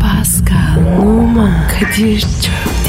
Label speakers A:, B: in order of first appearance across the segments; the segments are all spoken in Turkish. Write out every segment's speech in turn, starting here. A: Pascal, Oman, Kadir çok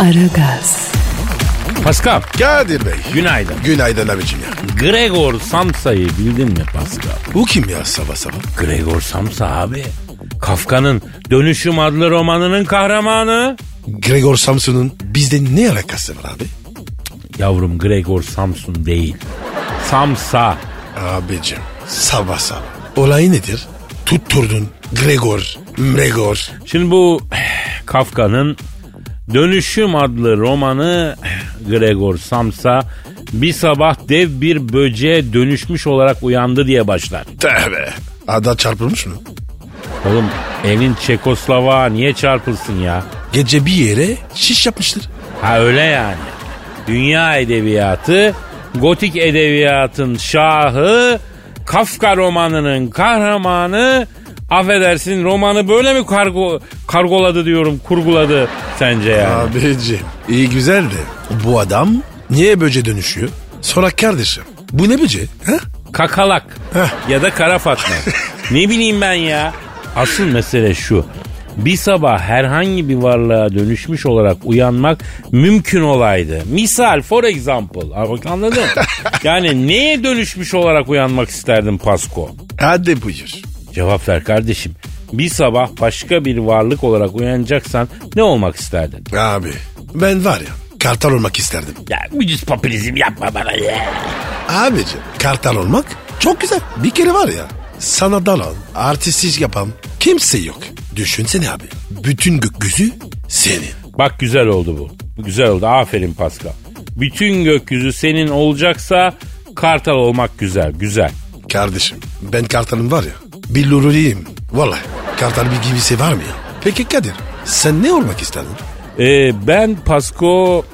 A: Aragaz,
B: Pascal.
C: Kadir Bey.
B: Günaydın.
C: Günaydın abicim ya.
B: Gregor Samsa'yı bildin mi Pascal?
C: Bu kim ya sabah sabah?
B: Gregor Samsa abi. Kafka'nın Dönüşüm adlı romanının kahramanı.
C: Gregor Samsun'un bizde ne alakası var abi?
B: Yavrum Gregor Samsun değil. Samsa.
C: Abicim sabah sabah. Olay nedir? Tutturdun. Gregor. Mregor.
B: Şimdi bu eh, Kafka'nın Dönüşüm adlı romanı eh, Gregor Samsa bir sabah dev bir böceğe dönüşmüş olarak uyandı diye başlar.
C: Tövbe. Ada çarpılmış mı?
B: Oğlum elin Çekoslovak'a niye çarpılsın ya?
C: Gece bir yere şiş yapmıştır.
B: Ha öyle yani. Dünya edebiyatı, gotik edebiyatın şahı, Kafka romanının kahramanı, affedersin romanı böyle mi kargo, kargoladı diyorum, kurguladı sence yani?
C: Abicim iyi güzel de bu adam niye böce dönüşüyor? Sonra kardeşim bu ne böce? Ha?
B: Kakalak
C: Heh.
B: ya da kara fatma. ne bileyim ben ya. Asıl mesele şu. Bir sabah herhangi bir varlığa dönüşmüş olarak uyanmak mümkün olaydı. Misal for example. Ha, bak Anladın? yani neye dönüşmüş olarak uyanmak isterdin Pasko?
C: Hadi buyur.
B: Cevap ver kardeşim. Bir sabah başka bir varlık olarak uyanacaksan ne olmak isterdin?
C: Abi ben var ya kartal olmak isterdim.
B: Ya müciz popülizm yapma bana ya.
C: Abicim kartal olmak çok güzel. Bir kere var ya sana dalan, artistlik yapan kimse yok. Düşünsene abi. Bütün gökyüzü senin.
B: Bak güzel oldu bu. Bu Güzel oldu. Aferin Pascal. Bütün gökyüzü senin olacaksa kartal olmak güzel. Güzel.
C: Kardeşim ben kartalım var ya bir luruliyim. Vallahi kartal bir gibisi var mı ya? Peki Kadir sen ne olmak isterdin?
B: Ee, ben Pasko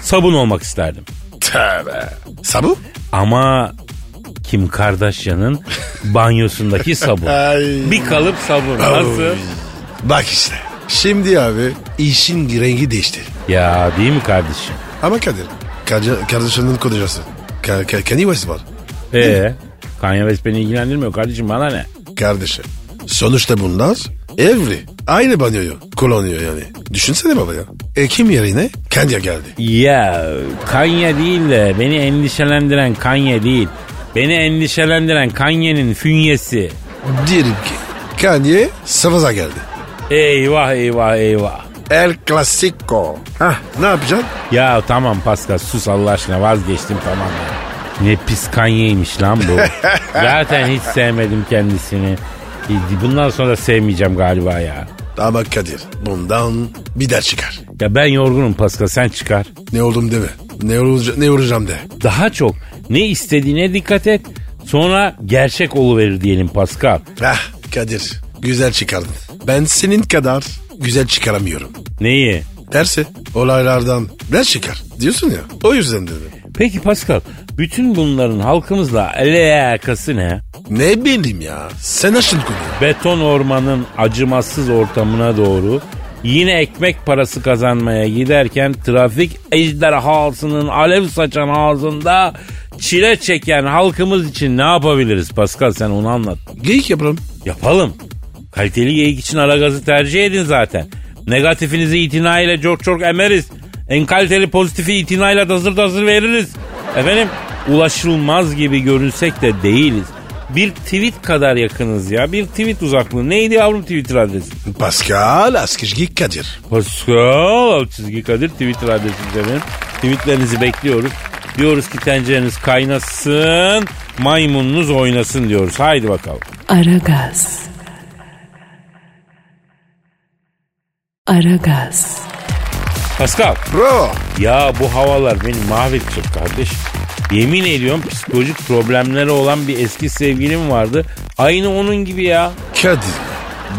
B: sabun olmak isterdim.
C: Tövbe. Sabu?
B: Ama Kim Kardashian'ın banyosundaki sabun.
C: Ay.
B: Bir kalıp sabun. Nasıl?
C: Bak işte. Şimdi abi işin rengi değişti.
B: Ya değil mi kardeşim?
C: Ama Kadir karca- kardeşinin kocası. Ka- ka- Kanye West var.
B: Ee, Kanye West beni ilgilendirmiyor kardeşim bana ne?
C: Kardeşim. Sonuçta bunlar evli. Aynı banyoyu kullanıyor yani. Düşünsene baba ya. Ekim yerine Kanye geldi.
B: Ya Kanye değil de beni endişelendiren Kanye değil. Beni endişelendiren Kanye'nin fünyesi.
C: Diyelim ki Kanye Savaza geldi.
B: Eyvah eyvah eyvah.
C: El Clasico. Hah ne yapacaksın?
B: Ya tamam Pascal sus Allah aşkına vazgeçtim tamam ya. Ne pis Kanye'ymiş lan bu. Zaten hiç sevmedim kendisini. Bundan sonra da sevmeyeceğim galiba ya.
C: Ama Kadir bundan bir ders çıkar.
B: Ya ben yorgunum Pascal sen çıkar.
C: Ne oldum deme. Ne, olacağım ne olacağım de.
B: Daha çok ne istediğine dikkat et. Sonra gerçek oluverir diyelim Pascal.
C: Hah Kadir güzel çıkardın. Ben senin kadar güzel çıkaramıyorum.
B: Neyi?
C: Derse olaylardan ders çıkar diyorsun ya. O yüzden dedim.
B: Peki Pascal bütün bunların halkımızla alakası ne?
C: Ne bileyim ya. Sen aşın konuyu.
B: Beton ormanın acımasız ortamına doğru yine ekmek parası kazanmaya giderken trafik ejderhasının alev saçan ağzında çile çeken halkımız için ne yapabiliriz Pascal sen onu anlat.
C: Geyik yapalım.
B: Yapalım. Kaliteli geyik için ara gazı tercih edin zaten. Negatifinizi itinayla çok çok emeriz. En kaliteli pozitifi itinayla hazır hazır veririz. Efendim ulaşılmaz gibi görünsek de değiliz. Bir tweet kadar yakınız ya. Bir tweet uzaklığı. Neydi yavrum Twitter adresi?
C: Pascal Askışgi Kadir.
B: Pascal alt çizgi Kadir Twitter adresimiz efendim. Tweetlerinizi bekliyoruz. Diyoruz ki tencereniz kaynasın, maymununuz oynasın diyoruz. Haydi bakalım.
A: Aragaz. Aragaz,
B: Pascal.
C: Bro.
B: Ya bu havalar beni mahvedecek kardeş. Yemin ediyorum psikolojik problemleri olan bir eski sevgilim vardı. Aynı onun gibi ya.
C: Kadir.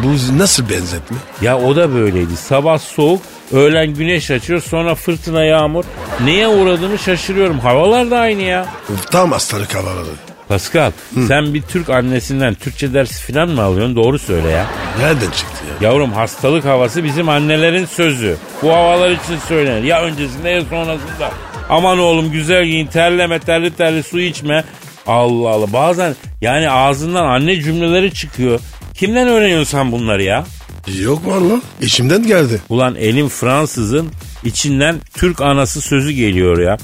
C: Bu nasıl benzetme?
B: Ya o da böyleydi. Sabah soğuk, öğlen güneş açıyor, sonra fırtına yağmur. Neye uğradığımı şaşırıyorum. Havalar da aynı ya.
C: Uf, Tam hastalık havaları.
B: Pascal, sen bir Türk annesinden Türkçe dersi falan mı alıyorsun? Doğru söyle ya.
C: Nereden çıktı ya?
B: Yavrum hastalık havası bizim annelerin sözü. Bu havalar için söylenir. Ya öncesinde ya sonrasında. Aman oğlum güzel giyin, terleme, terli terli su içme. Allah Allah. Bazen yani ağzından anne cümleleri çıkıyor. Kimden öğreniyorsun sen bunları ya?
C: Yok var lan. Eşimden geldi.
B: Ulan elim Fransızın içinden Türk anası sözü geliyor ya.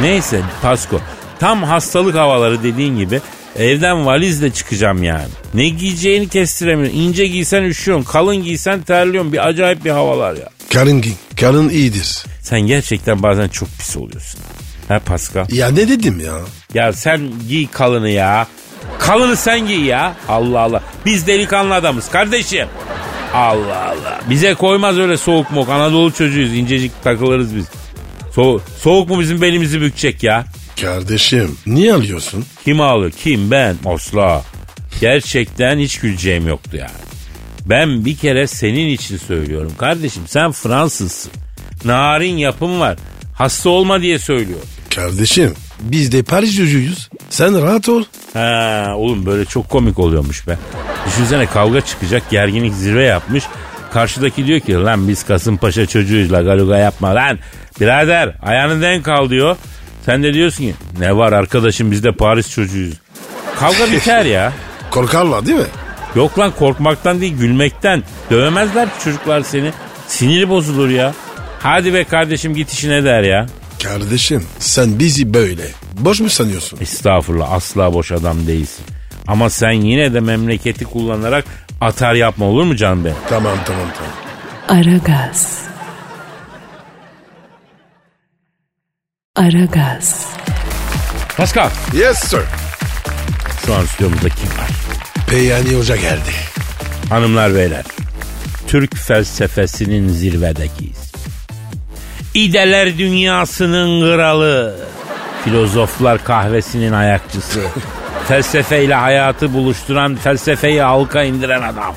B: Neyse Pasko. Tam hastalık havaları dediğin gibi evden valizle çıkacağım yani. Ne giyeceğini kestiremiyorsun. İnce giysen üşüyorsun. Kalın giysen terliyorsun. Bir acayip bir havalar ya.
C: Karın giyin. Karın iyidir.
B: Sen gerçekten bazen çok pis oluyorsun. Ha Pascal?
C: Ya ne dedim ya?
B: Ya sen giy kalını ya. Kalını sen giy ya. Allah Allah. Biz delikanlı adamız kardeşim. Allah Allah. Bize koymaz öyle soğuk mok. Anadolu çocuğuyuz. incecik takılırız biz. So soğuk mu bizim belimizi bükecek ya?
C: Kardeşim niye alıyorsun?
B: Kim ağlıyor? Kim? Ben. Asla. Gerçekten hiç güleceğim yoktu yani. Ben bir kere senin için söylüyorum. Kardeşim sen Fransızsın. Narin yapım var. Hasta olma diye söylüyorum.
C: Kardeşim biz de Paris çocuğuyuz. Sen rahat ol.
B: Ha oğlum böyle çok komik oluyormuş be. Düşünsene kavga çıkacak gerginlik zirve yapmış. Karşıdaki diyor ki lan biz Kasımpaşa çocuğuyuz la galuga yapma lan. Birader ayağını denk kal diyor. Sen de diyorsun ki ne var arkadaşım biz de Paris çocuğuyuz. Kavga biter ya.
C: Korkarlar değil mi?
B: Yok lan korkmaktan değil gülmekten. Dövemezler ki çocuklar seni. Siniri bozulur ya. Hadi be kardeşim git işine der ya.
C: Kardeşim sen bizi böyle boş mu sanıyorsun?
B: Estağfurullah asla boş adam değilsin. Ama sen yine de memleketi kullanarak atar yapma olur mu canım benim?
C: Tamam tamam tamam.
A: Aragaz. Aragaz.
B: Pascal
C: Yes sir.
B: şu an stüdyomuzda kim var?
C: Peyami Hoca geldi.
B: Hanımlar beyler Türk felsefesinin zirvedekiyiz. İdeler dünyasının kralı. Filozoflar kahvesinin ayakçısı. Felsefeyle hayatı buluşturan, felsefeyi halka indiren adam.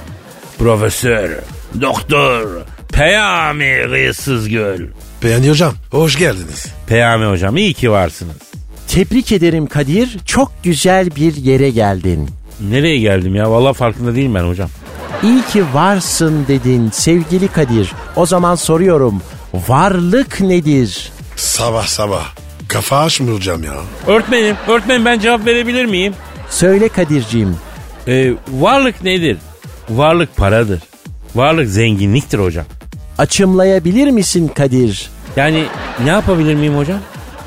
B: Profesör, doktor, peyami kıyısız göl.
C: Peyami Hocam hoş geldiniz.
B: Peyami hocam iyi ki varsınız.
D: Tebrik ederim Kadir. Çok güzel bir yere geldin.
B: Nereye geldim ya? Vallahi farkında değilim ben hocam.
D: İyi ki varsın dedin sevgili Kadir. O zaman soruyorum. Varlık nedir?
C: Sabah sabah. Kafa açmayacağım ya.
B: Örtmenim, örtmenim ben cevap verebilir miyim?
D: Söyle Kadir'ciğim.
B: Ee, varlık nedir? Varlık paradır. Varlık zenginliktir hocam.
D: Açımlayabilir misin Kadir?
B: Yani ne yapabilir miyim hocam?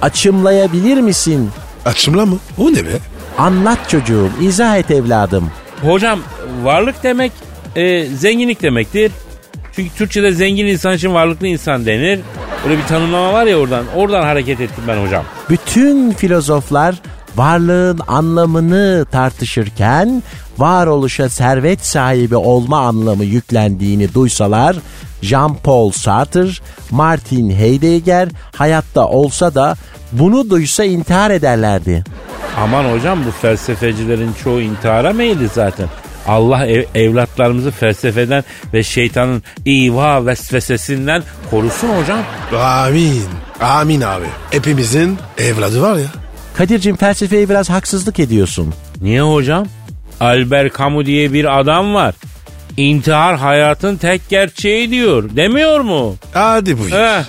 D: Açımlayabilir misin?
C: Açımla mı? O ne be?
D: Anlat çocuğum, izah et evladım.
B: Hocam varlık demek e, zenginlik demektir. Çünkü Türkçe'de zengin insan için varlıklı insan denir. Böyle bir tanımlama var ya oradan. Oradan hareket ettim ben hocam.
D: Bütün filozoflar varlığın anlamını tartışırken varoluşa servet sahibi olma anlamı yüklendiğini duysalar Jean-Paul Sartre, Martin Heidegger hayatta olsa da bunu duysa intihar ederlerdi.
B: Aman hocam bu felsefecilerin çoğu intihara meyilli zaten. Allah ev- evlatlarımızı felsefeden ve şeytanın iva vesvesesinden korusun hocam.
C: Amin. Amin abi. Hepimizin evladı var ya.
D: Kadir'cim felsefeye biraz haksızlık ediyorsun.
B: Niye hocam? Albert Camus diye bir adam var. İntihar hayatın tek gerçeği diyor. Demiyor mu?
C: Hadi buyur.
B: Heh.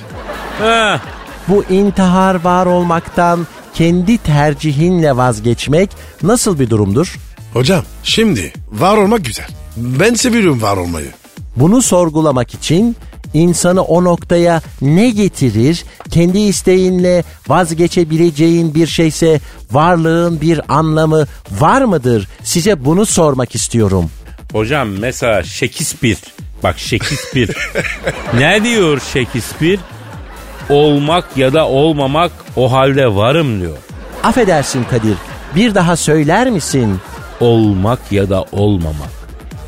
B: Heh.
D: Bu intihar var olmaktan kendi tercihinle vazgeçmek nasıl bir durumdur?
C: Hocam şimdi var olmak güzel. Ben seviyorum var olmayı.
D: Bunu sorgulamak için insanı o noktaya ne getirir? Kendi isteğinle vazgeçebileceğin bir şeyse varlığın bir anlamı var mıdır? Size bunu sormak istiyorum.
B: Hocam mesela Shakespeare. Bak Shakespeare. ne diyor Shakespeare? Olmak ya da olmamak o halde varım diyor.
D: Affedersin Kadir, bir daha söyler misin?
B: Olmak ya da olmamak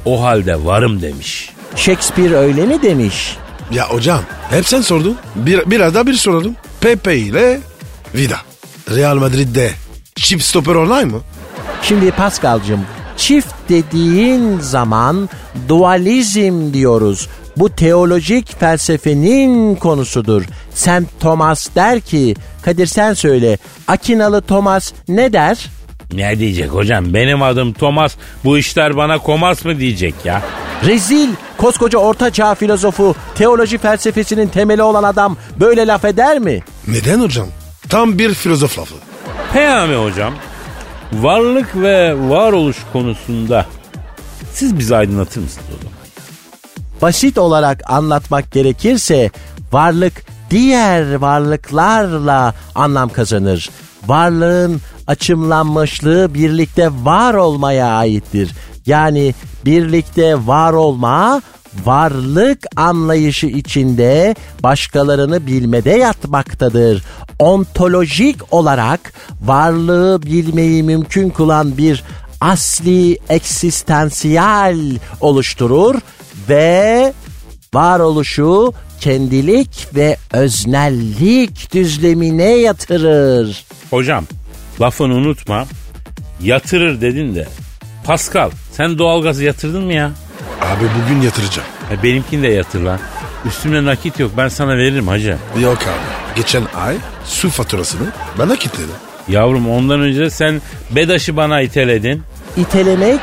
B: o halde varım demiş.
D: Shakespeare öyle mi demiş?
C: Ya hocam hep sen sordun. Bir, biraz da bir soralım. Pepe ile Vida. Real Madrid'de chip stopper online mı?
D: Şimdi Pascal'cığım Çift dediğin zaman dualizm diyoruz. Bu teolojik felsefenin konusudur. Sen Thomas der ki, Kadir sen söyle, Akinalı Thomas ne der?
B: Ne diyecek hocam? Benim adım Thomas. Bu işler bana komas mı diyecek ya?
D: Rezil, koskoca orta çağ filozofu, teoloji felsefesinin temeli olan adam böyle laf eder mi?
C: Neden hocam? Tam bir filozof lafı.
B: Peyami hocam. Varlık ve varoluş konusunda siz bizi aydınlatır mısınız o zaman?
D: Basit olarak anlatmak gerekirse varlık diğer varlıklarla anlam kazanır. Varlığın açımlanmışlığı birlikte var olmaya aittir. Yani birlikte var olma varlık anlayışı içinde başkalarını bilmede yatmaktadır. Ontolojik olarak varlığı bilmeyi mümkün kılan bir asli eksistansiyel oluşturur ve varoluşu kendilik ve öznellik düzlemine yatırır.
B: Hocam lafını unutma. Yatırır dedin de. Pascal sen doğalgazı yatırdın mı ya?
C: Abi bugün yatıracağım.
B: Ha, benimkini de yatır lan. Üstümde nakit yok ben sana veririm hacı.
C: Yok abi. Geçen ay su faturasını bana kilitledim.
B: Yavrum ondan önce sen bedaşı bana iteledin.
D: İtelemek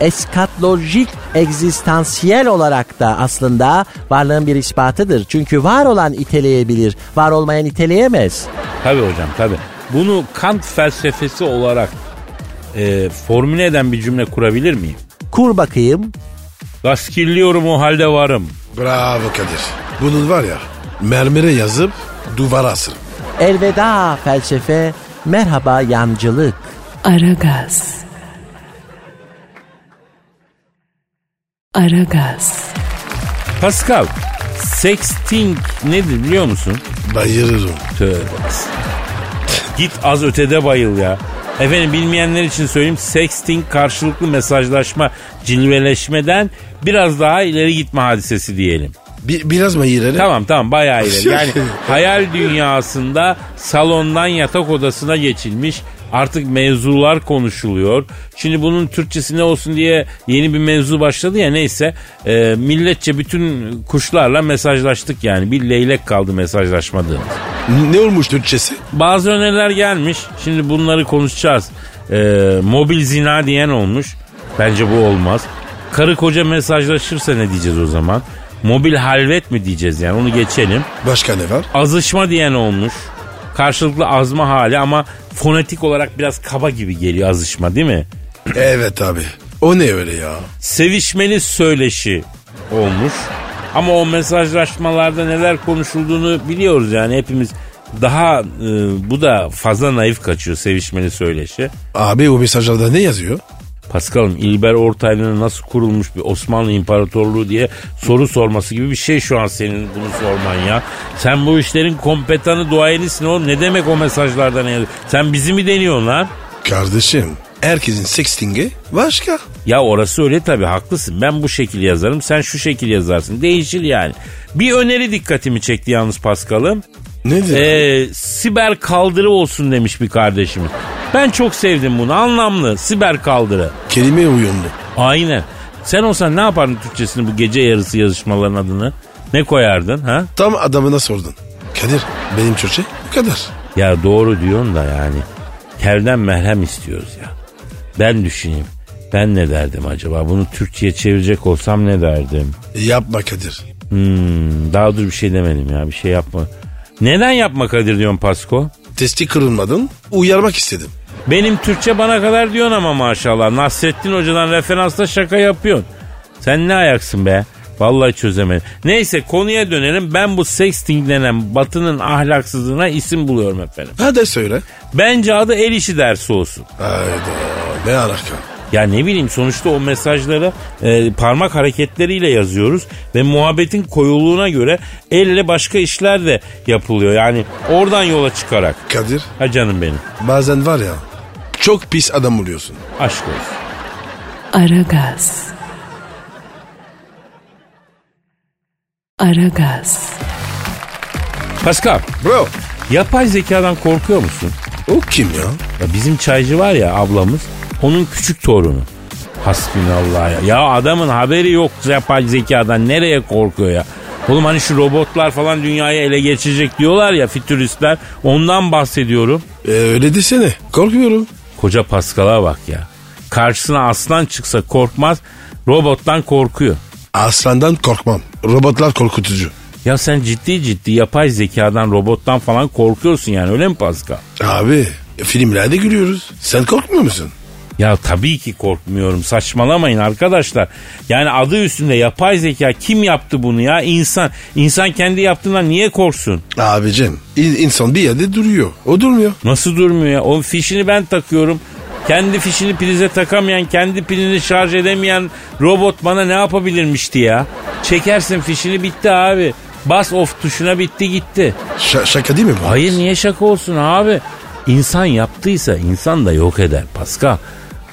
D: eskatolojik egzistansiyel olarak da aslında varlığın bir ispatıdır. Çünkü var olan iteleyebilir, var olmayan iteleyemez.
B: Tabii hocam tabii. Bunu Kant felsefesi olarak e, formüle eden bir cümle kurabilir miyim?
D: Kur bakayım.
B: Gaskilliyorum o halde varım.
C: Bravo Kadir. Bunun var ya mermere yazıp duvara asırım.
D: Elveda felsefe, merhaba yancılık.
A: Aragaz. Aragaz.
B: Pascal, sexting nedir biliyor musun?
C: Bayılırım.
B: Tövbe. Git az ötede bayıl ya. Efendim bilmeyenler için söyleyeyim sexting karşılıklı mesajlaşma, cilveleşmeden biraz daha ileri gitme hadisesi diyelim.
C: Bir, biraz mı ileri?
B: Tamam tamam bayağı ileri. Yani hayal dünyasında salondan yatak odasına geçilmiş artık mevzular konuşuluyor. Şimdi bunun Türkçesi ne olsun diye yeni bir mevzu başladı ya neyse. Ee, milletçe bütün kuşlarla mesajlaştık yani. Bir leylek kaldı mesajlaşmadığımız.
C: Ne olmuş Türkçesi?
B: Bazı öneriler gelmiş. Şimdi bunları konuşacağız. Ee, mobil zina diyen olmuş. Bence bu olmaz. Karı koca mesajlaşırsa ne diyeceğiz o zaman? Mobil halvet mi diyeceğiz yani onu geçelim.
C: Başka ne var?
B: Azışma diyen olmuş. Karşılıklı azma hali ama fonetik olarak biraz kaba gibi geliyor azışma değil mi?
C: Evet abi. O ne öyle ya?
B: Sevişmeli söyleşi olmuş. Ama o mesajlaşmalarda neler konuşulduğunu biliyoruz yani hepimiz. Daha e, bu da fazla naif kaçıyor sevişmeli söyleşi.
C: Abi o mesajlarda ne yazıyor?
B: Paskal'ım İlber Ortaylı'nın nasıl kurulmuş bir Osmanlı İmparatorluğu diye soru sorması gibi bir şey şu an senin bunu sorman ya. Sen bu işlerin kompetanı duayenisin oğlum. Ne demek o mesajlardan ne yazıyor? Sen bizi mi deniyorsun lan?
C: Kardeşim herkesin sexting'i başka.
B: Ya orası öyle tabii haklısın. Ben bu şekil yazarım sen şu şekil yazarsın. Değişir yani. Bir öneri dikkatimi çekti yalnız Paskal'ım.
C: Nedir?
B: Ee, siber kaldırı olsun demiş bir kardeşimiz. Ben çok sevdim bunu anlamlı siber kaldırı.
C: Kelime uyumlu.
B: Aynen. Sen olsan ne yapardın Türkçesini bu gece yarısı yazışmaların adını? Ne koyardın ha?
C: Tam adamına sordun. Kadir benim Türkçe bu kadar.
B: Ya doğru diyorsun da yani. Kerden merhem istiyoruz ya. Ben düşüneyim. Ben ne derdim acaba? Bunu Türkçe'ye çevirecek olsam ne derdim?
C: Yapma Kadir.
B: Hmm, daha dur bir şey demedim ya. Bir şey yapma. Neden yapma Kadir diyorsun Pasko?
C: Testi kırılmadın uyarmak istedim.
B: Benim Türkçe bana kadar diyorsun ama maşallah. Nasrettin Hoca'dan referansta şaka yapıyorsun. Sen ne ayaksın be? Vallahi çözemedim. Neyse konuya dönelim. Ben bu sexting denen batının ahlaksızlığına isim buluyorum efendim.
C: Hadi söyle.
B: Bence adı el işi dersi olsun.
C: Hayda ne alaka?
B: Ya ne bileyim sonuçta o mesajları e, parmak hareketleriyle yazıyoruz ve muhabbetin koyuluğuna göre elle başka işler de yapılıyor. Yani oradan yola çıkarak.
C: Kadir
B: Ha canım benim.
C: bazen var ya çok pis adam oluyorsun.
B: Aşk olsun.
A: Aragaz. Aragaz.
B: Pascal,
C: Bro
B: yapay zekadan korkuyor musun?
C: o kim ya?
B: Ya bizim çaycı var ya ablamız, onun küçük torunu. Hasbinallah ya. Ya adamın haberi yok yapay zekadan. Nereye korkuyor ya? Oğlum hani şu robotlar falan dünyayı ele geçirecek diyorlar ya fütüristler. Ondan bahsediyorum.
C: Ee, öyle desene. Korkmuyorum.
B: Koca Paskal'a bak ya. Karşısına aslan çıksa korkmaz. Robottan korkuyor.
C: Aslandan korkmam. Robotlar korkutucu.
B: Ya sen ciddi ciddi yapay zekadan robottan falan korkuyorsun yani öyle mi Pascal?
C: Abi filmlerde gülüyoruz. Sen korkmuyor musun?
B: Ya tabii ki korkmuyorum. Saçmalamayın arkadaşlar. Yani adı üstünde yapay zeka kim yaptı bunu ya? İnsan. İnsan kendi yaptığından niye korksun?
C: Abicim in- insan bir yerde duruyor. O durmuyor.
B: Nasıl durmuyor ya? O fişini ben takıyorum. Kendi fişini prize takamayan, kendi pilini şarj edemeyen robot bana ne yapabilirmişti ya? Çekersin fişini bitti abi. Bas off tuşuna bitti gitti.
C: Ş- şaka değil mi bu?
B: Hayır niye şaka olsun abi? İnsan yaptıysa insan da yok eder Pascal.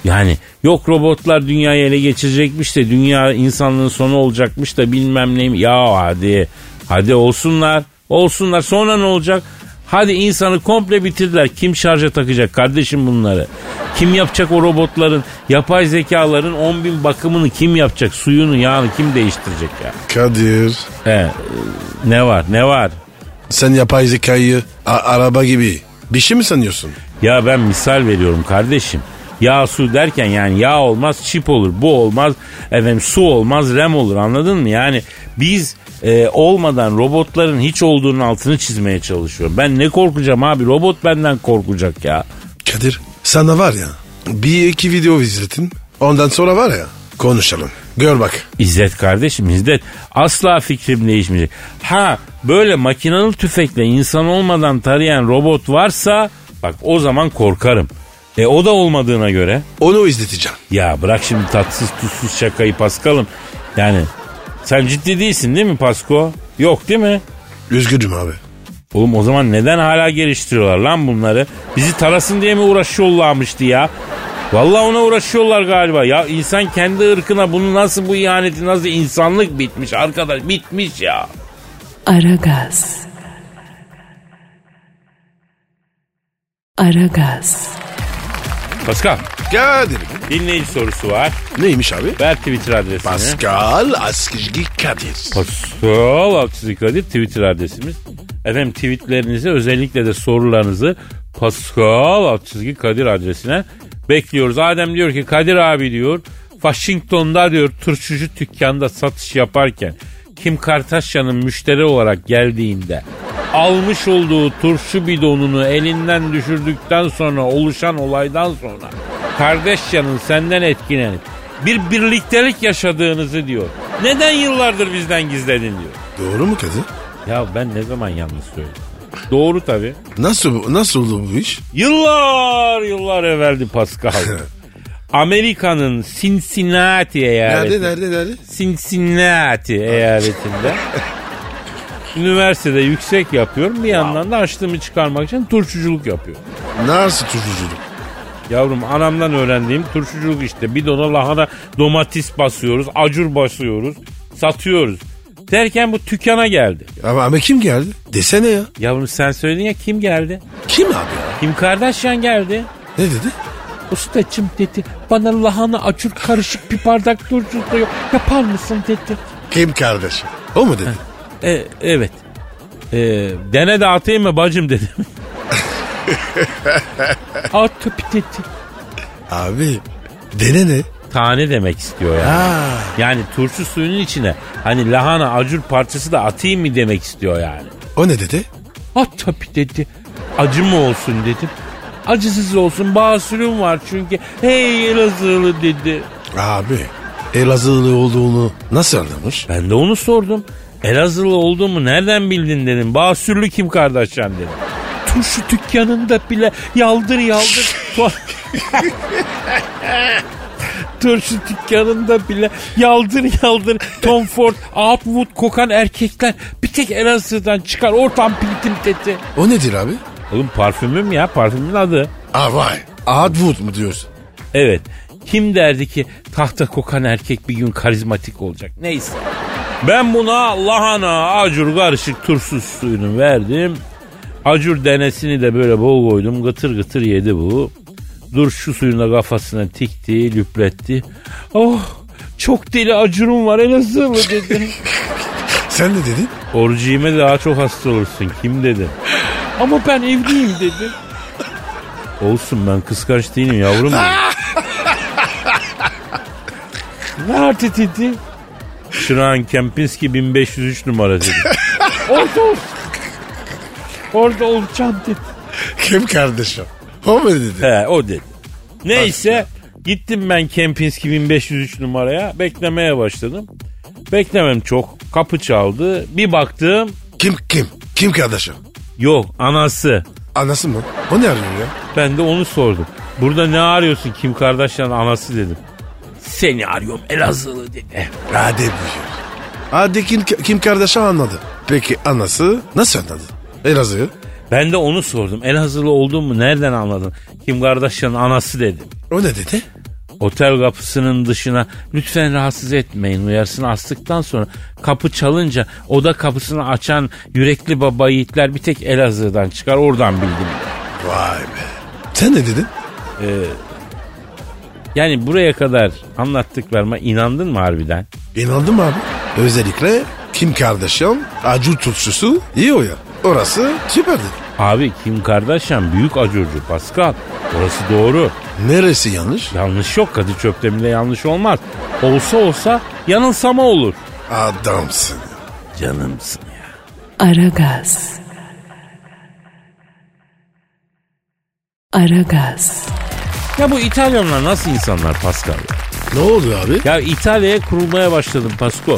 B: Yani yok robotlar dünyayı ele geçirecekmiş de dünya insanlığın sonu olacakmış da bilmem neyim. Ya hadi hadi olsunlar olsunlar sonra ne olacak? Hadi insanı komple bitirdiler. Kim şarja takacak kardeşim bunları? Kim yapacak o robotların, yapay zekaların 10 bin bakımını kim yapacak? Suyunu, yağını kim değiştirecek ya?
C: Kadir
B: He, e, ne var, ne var?
C: sen yapay zekayı a- araba gibi bir şey mi sanıyorsun?
B: Ya ben misal veriyorum kardeşim. Yağ su derken yani yağ olmaz çip olur bu olmaz efendim su olmaz rem olur anladın mı? Yani biz e, olmadan robotların hiç olduğunun altını çizmeye çalışıyorum. Ben ne korkacağım abi robot benden korkacak ya.
C: Kadir sana var ya bir iki video izletin ondan sonra var ya konuşalım. Gör bak.
B: İzzet kardeşim İzzet asla fikrim değişmeyecek. Ha böyle makinalı tüfekle insan olmadan tarayan robot varsa bak o zaman korkarım. E o da olmadığına göre
C: Onu izleteceğim.
B: Ya bırak şimdi tatsız tuzsuz şakayı Paskal'ım. Yani sen ciddi değilsin değil mi Pasko? Yok değil mi?
C: Üzgünüm abi.
B: Oğlum o zaman neden hala geliştiriyorlar lan bunları? Bizi tarasın diye mi uğraşıyorlarmıştı ya? Vallahi ona uğraşıyorlar galiba. Ya insan kendi ırkına bunu nasıl bu ihaneti nasıl insanlık bitmiş arkadaş bitmiş ya.
A: Aragaz. Aragaz.
B: Paskal
C: Kadir.
B: dinleyici sorusu var.
C: Neymiş abi?
B: Ver Twitter adresini.
C: Pascal Askizgi Kadir.
B: Pascal Aksizlik Kadir Twitter adresimiz. Efendim tweetlerinizi özellikle de sorularınızı Pascal Aksizlik Kadir adresine bekliyoruz. Adem diyor ki Kadir abi diyor Washington'da diyor turşucu dükkanda satış yaparken Kim Kardashian'ın müşteri olarak geldiğinde almış olduğu turşu bidonunu elinden düşürdükten sonra oluşan olaydan sonra Kardashian'ın senden etkilenip bir birliktelik yaşadığınızı diyor. Neden yıllardır bizden gizledin diyor.
C: Doğru mu Kadir?
B: Ya ben ne zaman yanlış söyledim? Doğru tabi.
C: Nasıl bu- nasıl oldu bu iş?
B: Yıllar yıllar evveldi Pascal. Amerika'nın Cincinnati eyaleti.
C: Nerede nerede nerede?
B: Cincinnati eyaletinde. Üniversitede yüksek yapıyorum. Bir yandan da açlığımı çıkarmak için turşuculuk yapıyorum.
C: Nasıl tutuculuk?
B: Yavrum anamdan öğrendiğim turşuculuk işte. Bidona lahana domates basıyoruz, acur basıyoruz, satıyoruz. Derken bu tükana geldi.
C: Ama, ama kim geldi? Desene ya.
B: Yavrum sen söyledin ya kim geldi?
C: Kim abi ya?
B: Kim Kardashian geldi?
C: Ne dedi?
B: Ustaçım dedi bana lahana acur karışık bir bardak turşusu yok. Yapar mısın dedi.
C: Kim kardeş? O mu dedi?
B: E, evet. E, dene de atayım mı bacım dedim. At tabii dedi.
C: abi dene ne?
B: Tane demek istiyor yani.
C: Ha.
B: Yani turşu suyunun içine hani lahana acur parçası da atayım mı demek istiyor yani.
C: O ne dedi?
B: At tabii dedi. Acı mı olsun dedim. Acısız olsun basülüm var çünkü. Hey Elazığlı dedi.
C: Abi Elazığlı olduğunu nasıl anlamış?
B: Ben de onu sordum. Elazığlı olduğumu nereden bildin dedim. Basürlü kim kardeşim dedim. Turşu dükkanında bile yaldır yaldır. Tuha- Turşu dükkanında bile yaldır yaldır Tom Ford, Outwood kokan erkekler bir tek Elazığ'dan çıkar. Ortam piltim dedi.
C: O nedir abi?
B: Oğlum parfümüm ya parfümün adı.
C: Ah vay. Adwood mu diyorsun?
B: Evet. Kim derdi ki tahta kokan erkek bir gün karizmatik olacak? Neyse. Ben buna lahana, acur karışık tursuz suyunu verdim. Acur denesini de böyle bol koydum. Gıtır gıtır yedi bu. Durşu suyuna kafasına tikti, lüpletti. Oh çok deli acırım var Elazığ mı dedi.
C: Sen ne dedin?
B: Orucu yeme daha çok hasta olursun kim dedi. Ama ben evliyim dedi. Olsun ben kıskanç değilim yavrum. benim. ne artık dedi? Şırağan Kempinski 1503 numara dedi. Orada olsun. Orada olacağım dedi.
C: Kim kardeşim? O mu dedi?
B: He o dedi. Neyse gittim ben Kempinski 1503 numaraya beklemeye başladım. Beklemem çok. Kapı çaldı. Bir baktım
C: Kim kim? Kim kardeşim?
B: yok anası.
C: Anası mı? O ne arıyor ya?
B: Ben de onu sordum. Burada ne arıyorsun Kim Kardashian anası dedim. Eh, Seni arıyorum Elazığlı dedi.
C: Hadi buyur. Hadi kim, kim kardeşim anladı. Peki anası nasıl anladı? Elazığ.
B: Ben de onu sordum. Elazığlı oldun mu nereden anladın? Kim Kardashian anası dedim.
C: O ne dedi?
B: Otel kapısının dışına lütfen rahatsız etmeyin uyarısını astıktan sonra kapı çalınca oda kapısını açan yürekli baba yiğitler bir tek Elazığ'dan çıkar oradan bildim.
C: Vay be. Sen ne dedin?
B: Yani buraya kadar anlattıklarıma inandın mı harbiden?
C: İnandım abi. Özellikle Kim Kardashian acı tutsusu iyi o ya. Orası süperdi.
B: Abi Kim Kardashian büyük acurcu Pascal. Orası doğru.
C: Neresi yanlış?
B: Yanlış yok Kadir Çöptemir'de yanlış olmaz. Olsa olsa yanılsama olur.
C: Adamsın.
B: Canımsın ya.
A: Aragaz. Aragaz.
B: Ya bu İtalyanlar nasıl insanlar Pascal ya?
C: Ne oluyor abi?
B: Ya İtalya'ya kurulmaya başladım Pasko.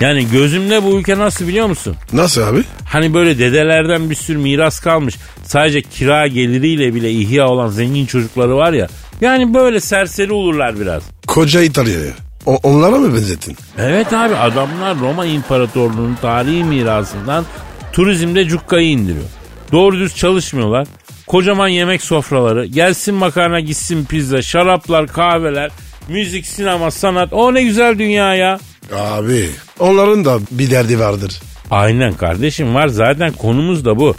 B: Yani gözümde bu ülke nasıl biliyor musun?
C: Nasıl abi?
B: Hani böyle dedelerden bir sürü miras kalmış. Sadece kira geliriyle bile ihya olan zengin çocukları var ya. Yani böyle serseri olurlar biraz.
C: Koca İtalya'ya. O- onlara mı benzettin?
B: Evet abi adamlar Roma İmparatorluğu'nun tarihi mirasından turizmde cukkayı indiriyor. Doğru düz çalışmıyorlar. Kocaman yemek sofraları, gelsin makarna gitsin pizza, şaraplar, kahveler, müzik, sinema, sanat. O ne güzel dünya ya.
C: Abi onların da bir derdi vardır.
B: Aynen kardeşim var zaten konumuz da bu.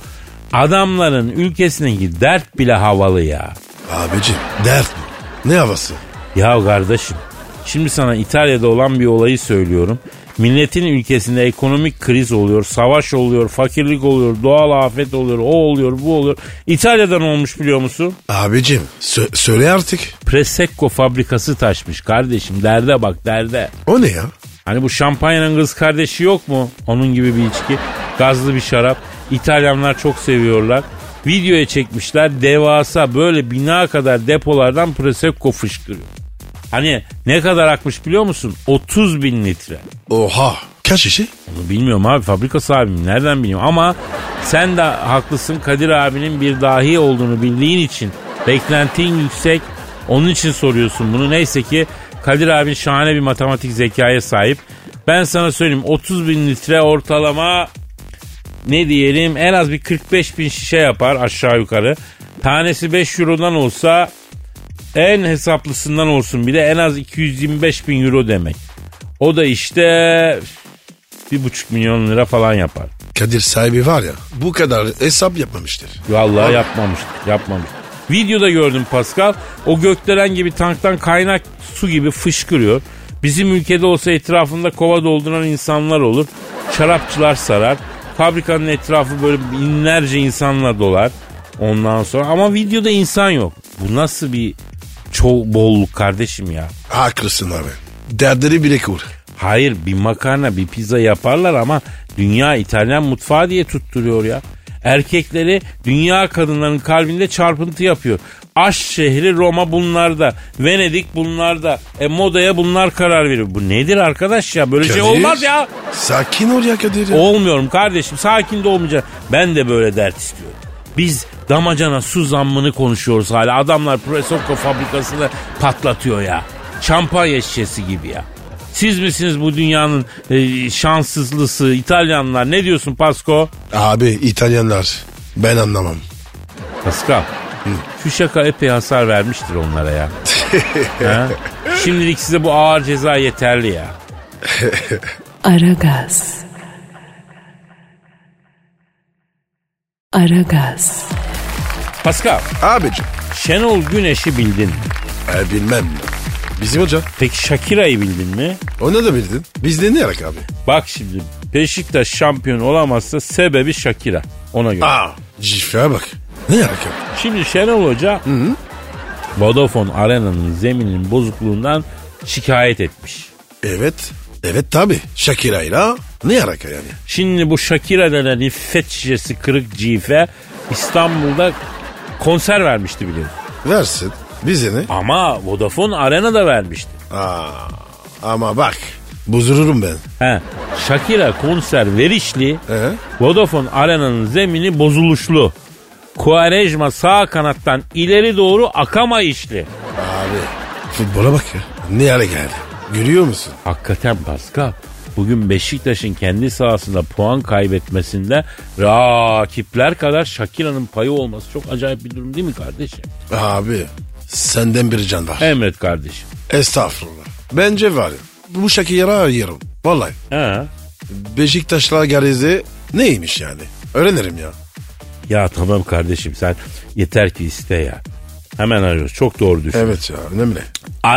B: Adamların ülkesindeki dert bile havalı ya.
C: Abici dert mi? Ne havası?
B: Ya kardeşim şimdi sana İtalya'da olan bir olayı söylüyorum. Milletin ülkesinde ekonomik kriz oluyor, savaş oluyor, fakirlik oluyor, doğal afet oluyor, o oluyor, bu oluyor. İtalya'dan olmuş biliyor musun?
C: Abicim sö- söyle artık.
B: Prosecco fabrikası taşmış kardeşim. Derde bak derde.
C: O ne ya?
B: Hani bu şampanyanın kız kardeşi yok mu? Onun gibi bir içki. Gazlı bir şarap. İtalyanlar çok seviyorlar. Videoya çekmişler. Devasa böyle bina kadar depolardan Prosecco fışkırıyor. Hani ne kadar akmış biliyor musun? 30 bin litre.
C: Oha. Kaç işi?
B: Onu bilmiyorum abi fabrika sahibim nereden bileyim ama sen de haklısın Kadir abinin bir dahi olduğunu bildiğin için beklentin yüksek onun için soruyorsun bunu neyse ki Kadir abin şahane bir matematik zekaya sahip ben sana söyleyeyim 30 bin litre ortalama ne diyelim en az bir 45 bin şişe yapar aşağı yukarı tanesi 5 eurodan olsa en hesaplısından olsun bir de en az 225 bin euro demek o da işte bir buçuk milyon lira falan yapar.
C: Kadir sahibi var ya bu kadar hesap yapmamıştır.
B: Vallahi yapmamış, yapmamış. Videoda gördüm Pascal. O gökdelen gibi tanktan kaynak su gibi fışkırıyor. Bizim ülkede olsa etrafında kova dolduran insanlar olur. Şarapçılar sarar. Fabrikanın etrafı böyle binlerce insanla dolar. Ondan sonra ama videoda insan yok. Bu nasıl bir çok bolluk kardeşim ya?
C: Haklısın abi. Derdleri bile kur.
B: Hayır bir makarna bir pizza yaparlar ama dünya İtalyan mutfağı diye tutturuyor ya. Erkekleri dünya kadınlarının kalbinde çarpıntı yapıyor. Aşk şehri Roma bunlarda, Venedik bunlarda, e, modaya bunlar karar veriyor. Bu nedir arkadaş ya böyle şey
C: Kadir,
B: olmaz ya.
C: Sakin ol ya Kadir. ya.
B: Olmuyorum kardeşim sakin de olmayacağım. Ben de böyle dert istiyorum. Biz damacana su zammını konuşuyoruz hala. Adamlar Prosecco fabrikasını patlatıyor ya. Şampanya şişesi gibi ya. Siz misiniz bu dünyanın e, şanssızlısı İtalyanlar? Ne diyorsun Pasko?
C: Abi İtalyanlar ben anlamam.
B: Pascal. Şu şaka epey hasar vermiştir onlara ya. Ha? Şimdilik size bu ağır ceza yeterli ya.
A: Aragaz. Aragaz.
B: Pascal
C: Abici
B: Şenol Güneş'i bildin.
C: E, bilmem. Bizim hoca.
B: Peki Shakira'yı bildin mi?
C: Onu da bildin. Biz deneyerek abi.
B: Bak şimdi Beşiktaş şampiyon olamazsa sebebi Shakira. Ona göre.
C: Aa. Cifre bak. Ne yarak abi?
B: Şimdi Şenol Hoca Vodafone Arena'nın zemininin bozukluğundan şikayet etmiş.
C: Evet. Evet tabi. Şakira'yla ne yarak yani?
B: Şimdi bu Shakira denen iffet şişesi kırık cife İstanbul'da konser vermişti biliyorsun.
C: Versin. Bize ne?
B: Ama Vodafone Arena'da vermişti.
C: Aa, ama bak. Bozururum ben.
B: He. Shakira konser verişli.
C: Ee?
B: Vodafone Arena'nın zemini bozuluşlu. Kuarejma sağ kanattan ileri doğru akama işli.
C: Abi. Futbola bak ya. Ne yarak yani? Görüyor musun?
B: Hakikaten Pascal. Bugün Beşiktaş'ın kendi sahasında puan kaybetmesinde rakipler kadar Shakira'nın payı olması çok acayip bir durum değil mi kardeşim?
C: Abi. Senden bir can var.
B: Emret kardeşim.
C: Estağfurullah. Bence var. ya, Bu Şakir'a arıyorum. Vallahi.
B: He.
C: Beşiktaşlar garezi neymiş yani? Öğrenirim ya.
B: Ya tamam kardeşim sen yeter ki iste ya. Hemen arıyoruz. Çok doğru düşün.
C: Evet ya önemli.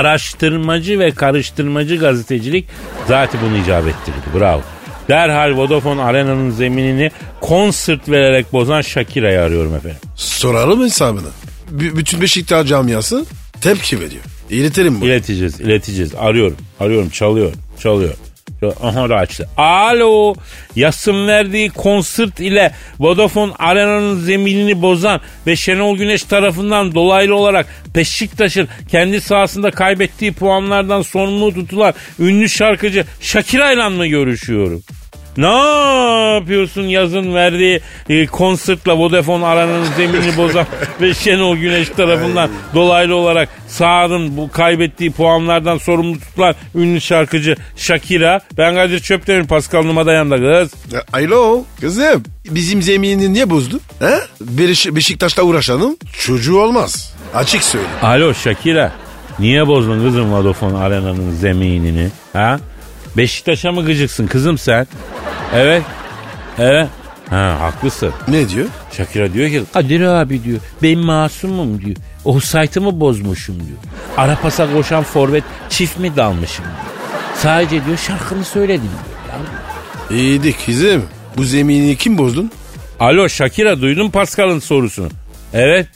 B: Araştırmacı ve karıştırmacı gazetecilik zaten bunu icap ettirdi. Bravo. Derhal Vodafone Arena'nın zeminini konsert vererek bozan Shakira'yı arıyorum efendim.
C: Soralım hesabını. B- bütün Beşiktaş camiası tepki veriyor. İletirim bunu.
B: İleteceğiz, ileteceğiz. Arıyorum, arıyorum, çalıyor, çalıyor. Çal- Aha da açtı. Alo. Yasın verdiği konsert ile Vodafone Arena'nın zeminini bozan ve Şenol Güneş tarafından dolaylı olarak Beşiktaş'ın kendi sahasında kaybettiği puanlardan sorumlu tutulan ünlü şarkıcı Shakira ile mi görüşüyorum? Ne yapıyorsun yazın verdiği e, konsertla Vodafone aranın zeminini bozan ve Şenol Güneş tarafından dolaylı olarak sahanın bu kaybettiği puanlardan sorumlu tutulan ünlü şarkıcı Shakira. Ben Kadir Çöptemir Pascal Numa dayandı kız.
C: Ya, Alo kızım bizim zemini niye bozdu? He? Beşi- Beşiktaş'ta uğraşanın çocuğu olmaz. Açık söyle.
B: Alo Shakira niye bozdun kızım Vodafone aranın zeminini? Ha? Beşiktaş'a mı gıcıksın kızım sen? Evet. Evet. Ha, haklısın.
C: Ne diyor?
B: Şakira diyor ki Kadir abi diyor ben masumum diyor. O saytımı bozmuşum diyor. Arapas'a koşan forvet çift mi dalmışım diyor. Sadece diyor şarkını söyledim diyor. Ya.
C: İyiydik kızım. Bu zemini kim bozdun?
B: Alo Şakira duydun Pascal'ın sorusunu. Evet.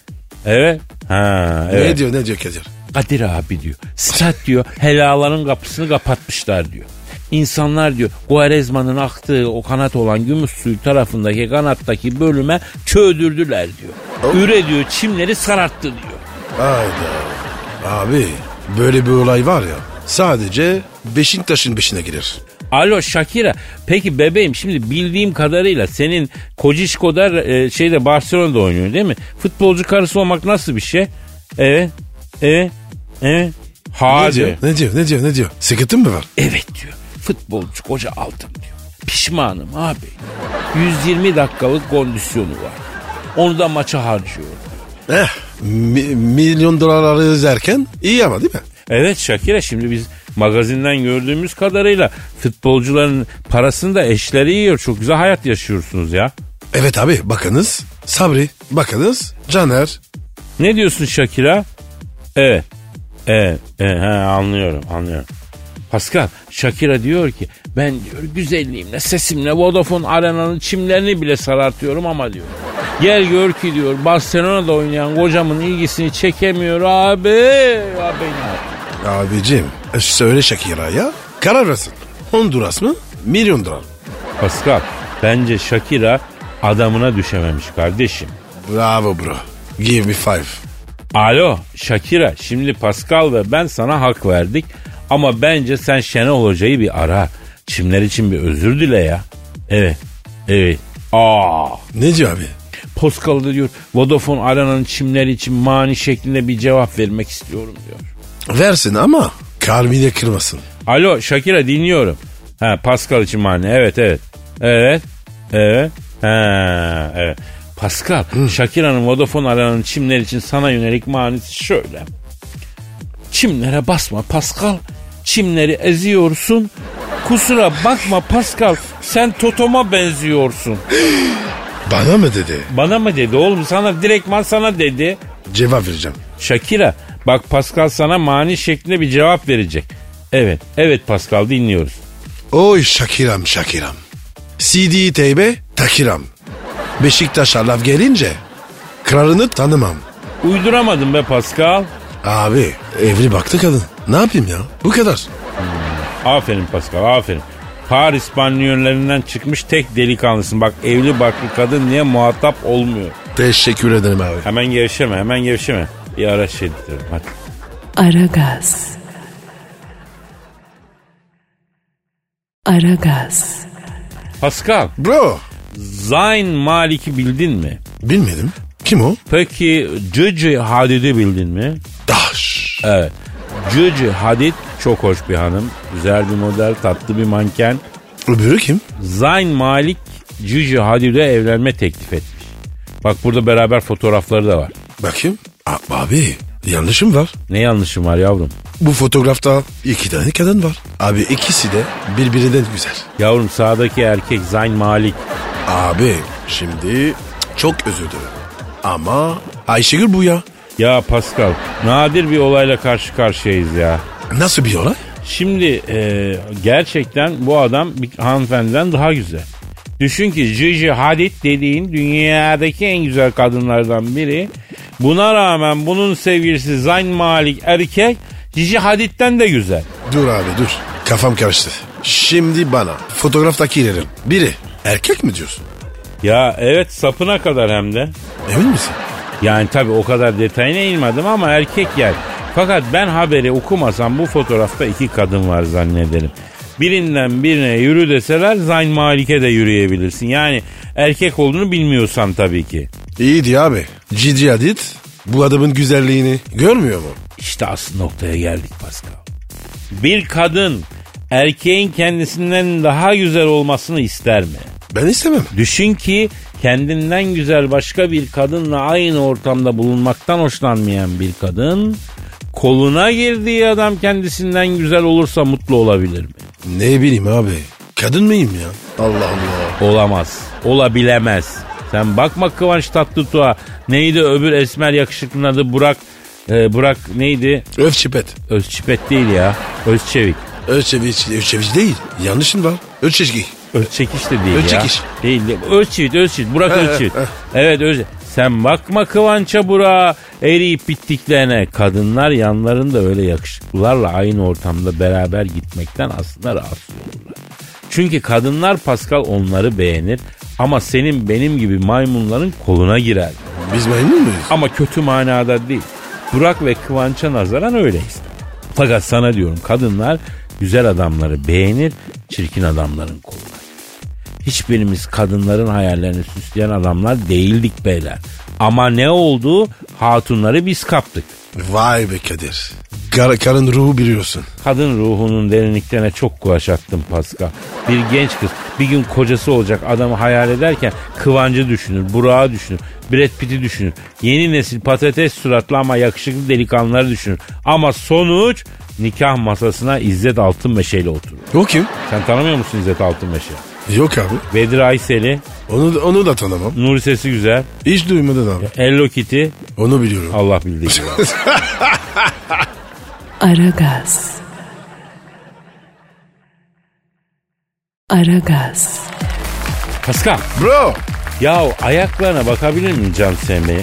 B: Evet. Ha, evet.
C: Ne diyor ne diyor Kadir?
B: Kadir abi diyor. Stat diyor helaların kapısını kapatmışlar diyor. İnsanlar diyor Guarezma'nın aktığı o kanat olan gümüş suyu tarafındaki kanattaki bölüme çöldürdüler diyor. Üre diyor çimleri sararttı diyor.
C: Hayda. Abi böyle bir olay var ya sadece Beşiktaş'ın beşine girer.
B: Alo Shakira. Peki bebeğim şimdi bildiğim kadarıyla senin Kocişko'da e, şeyde Barcelona'da oynuyor değil mi? Futbolcu karısı olmak nasıl bir şey? Evet. Evet. Evet.
C: Ne diyor?
B: Hadi.
C: Ne diyor? Ne diyor? Ne diyor? Sıkıntın mı var?
B: Evet diyor. Futbolcu koca altın diyor. Pişmanım abi. 120 dakikalık kondisyonu var. Onu da maça harcıyor.
C: Eh, mi- milyon dolarları izlerken iyi ama değil mi?
B: Evet Shakira şimdi biz magazinden gördüğümüz kadarıyla futbolcuların parasını da eşleri yiyor. Çok güzel hayat yaşıyorsunuz ya.
C: Evet abi bakınız Sabri, bakınız Caner.
B: Ne diyorsun Şakira? Evet. Evet. evet e, he, anlıyorum anlıyorum. Pascal Shakira diyor ki ben diyor güzelliğimle sesimle Vodafone Arena'nın çimlerini bile sarartıyorum ama diyor. Gel gör ki diyor Barcelona'da oynayan kocamın ilgisini çekemiyor abi. abi
C: Abicim e, söyle Şakira'ya karar versin. Honduras mı? Milyon dolar. mı?
B: Pascal bence Shakira adamına düşememiş kardeşim.
C: Bravo bro. Give me five.
B: Alo Shakira şimdi Pascal ve ben sana hak verdik ama bence sen Şenol Hoca'yı bir ara. Çimler için bir özür dile ya. Evet. Evet. Aa.
C: Ne diyor abi?
B: Pascal da diyor Vodafone Arena'nın çimleri için mani şeklinde bir cevap vermek istiyorum diyor.
C: Versin ama kalbini kırmasın.
B: Alo Shakira dinliyorum. Ha Pascal için mani. Evet evet. Evet. Evet. Ha evet. Pascal, Shakira'nın Vodafone Arena'nın çimler için sana yönelik manisi şöyle. Çimlere basma Pascal. Çimleri eziyorsun. Kusura bakma Pascal. Sen Totom'a benziyorsun.
C: Bana mı dedi?
B: Bana mı dedi oğlum? Sana direktman sana dedi.
C: Cevap vereceğim.
B: Shakira bak Pascal sana mani şeklinde bir cevap verecek. Evet evet Pascal dinliyoruz.
C: Oy Şakiram Şakiram. CD teybe Takiram. Beşiktaş'a laf gelince kralını tanımam.
B: Uyduramadım be Pascal.
C: Abi evli baktı kadın. Ne yapayım ya? Bu kadar.
B: Aferin Pascal aferin. Paris banliyölerinden çıkmış tek delikanlısın. Bak evli barklı kadın niye muhatap olmuyor?
C: Teşekkür ederim abi.
B: Hemen gevşeme hemen gevşeme. Bir ara şey diyorum hadi.
A: Aragaz. Aragaz.
B: Pascal,
C: Bro.
B: Zayn Malik'i bildin mi?
C: Bilmedim. Kim o?
B: Peki Cici Hadid'i bildin mi?
C: Daş.
B: Evet. Cici Hadid çok hoş bir hanım. Güzel bir model, tatlı bir manken.
C: Öbürü kim?
B: Zayn Malik Cici Hadid'e evlenme teklif etmiş. Bak burada beraber fotoğrafları da var.
C: Bakayım. A- abi yanlışım var.
B: Ne yanlışım var yavrum?
C: Bu fotoğrafta iki tane kadın var. Abi ikisi de birbirinden güzel.
B: Yavrum sağdaki erkek Zayn Malik.
C: Abi şimdi çok özür dilerim. Ama Ayşegül bu ya.
B: Ya Pascal nadir bir olayla karşı karşıyayız ya.
C: Nasıl bir olay?
B: Şimdi e, gerçekten bu adam bir hanımefendiden daha güzel. Düşün ki Gigi Hadid dediğin dünyadaki en güzel kadınlardan biri. Buna rağmen bunun sevgilisi Zayn Malik erkek Gigi Hadid'den de güzel.
C: Dur abi dur. Kafam karıştı. Şimdi bana fotoğraftakilerin biri erkek mi diyorsun?
B: Ya evet sapına kadar hem de.
C: Emin misin?
B: Yani tabii o kadar detayına inmedim ama erkek yer. Fakat ben haberi okumasam bu fotoğrafta iki kadın var zannederim. Birinden birine yürü deseler Zayn Malik'e de yürüyebilirsin. Yani erkek olduğunu bilmiyorsan tabii ki.
C: İyiydi abi. Cici Hadid bu adamın güzelliğini görmüyor mu?
B: İşte asıl noktaya geldik Pascal. Bir kadın erkeğin kendisinden daha güzel olmasını ister mi?
C: Ben istemem.
B: Düşün ki kendinden güzel başka bir kadınla aynı ortamda bulunmaktan hoşlanmayan bir kadın koluna girdiği adam kendisinden güzel olursa mutlu olabilir mi?
C: Ne bileyim abi. Kadın mıyım ya? Allah Allah.
B: Olamaz. Olabilemez. Sen bakma Kıvanç Tatlıtuğ'a. Neydi öbür esmer yakışıklının adı Burak. e, Burak neydi?
C: Öf çipet.
B: Özçipet değil ya. Özçevik.
C: Ölçeviç, ölçeviç değil. Yanlışın var. Ölçeçki.
B: Özçekiş de değil ya.
C: Özçekiş.
B: Değil değil. Özçivit, Özçivit. Burak
C: He, he,
B: Özçivit.
C: he.
B: Evet Öz. Sen bakma Kıvanç'a Burak'a eriyip bittiklerine. Kadınlar yanlarında öyle yakışıklılarla aynı ortamda beraber gitmekten aslında rahatsız olurlar. Çünkü kadınlar Pascal onları beğenir ama senin benim gibi maymunların koluna girer.
C: Biz memnun muyuz?
B: Ama kötü manada değil. Burak ve Kıvanç'a nazaran öyleyiz. Fakat sana diyorum kadınlar güzel adamları beğenir, çirkin adamların koluna. girer. Hiçbirimiz kadınların hayallerini süsleyen adamlar değildik beyler. Ama ne oldu? Hatunları biz kaptık.
C: Vay be Kadir. Kar, karın ruhu biliyorsun.
B: Kadın ruhunun derinliklerine çok kulaç attım Pascal. Bir genç kız bir gün kocası olacak adamı hayal ederken Kıvancı düşünür, Burak'ı düşünür, Brad Pitt'i düşünür. Yeni nesil patates suratlı ama yakışıklı delikanlıları düşünür. Ama sonuç nikah masasına İzzet Altınmeşe'yle oturur.
C: O kim?
B: Sen tanımıyor musun İzzet Altınmeşe?
C: Yok abi.
B: Bedir Aysel'i,
C: Onu, da- onu da tanımam.
B: Nuri Sesi Güzel,
C: Hiç duymadın abi.
B: Hello Kitty,
C: Onu biliyorum.
B: Allah bildiği gibi.
A: Aragaz. Aragaz.
B: Pascal,
C: Bro.
B: yahu ayaklarına bakabilir miyim Can Semih'e?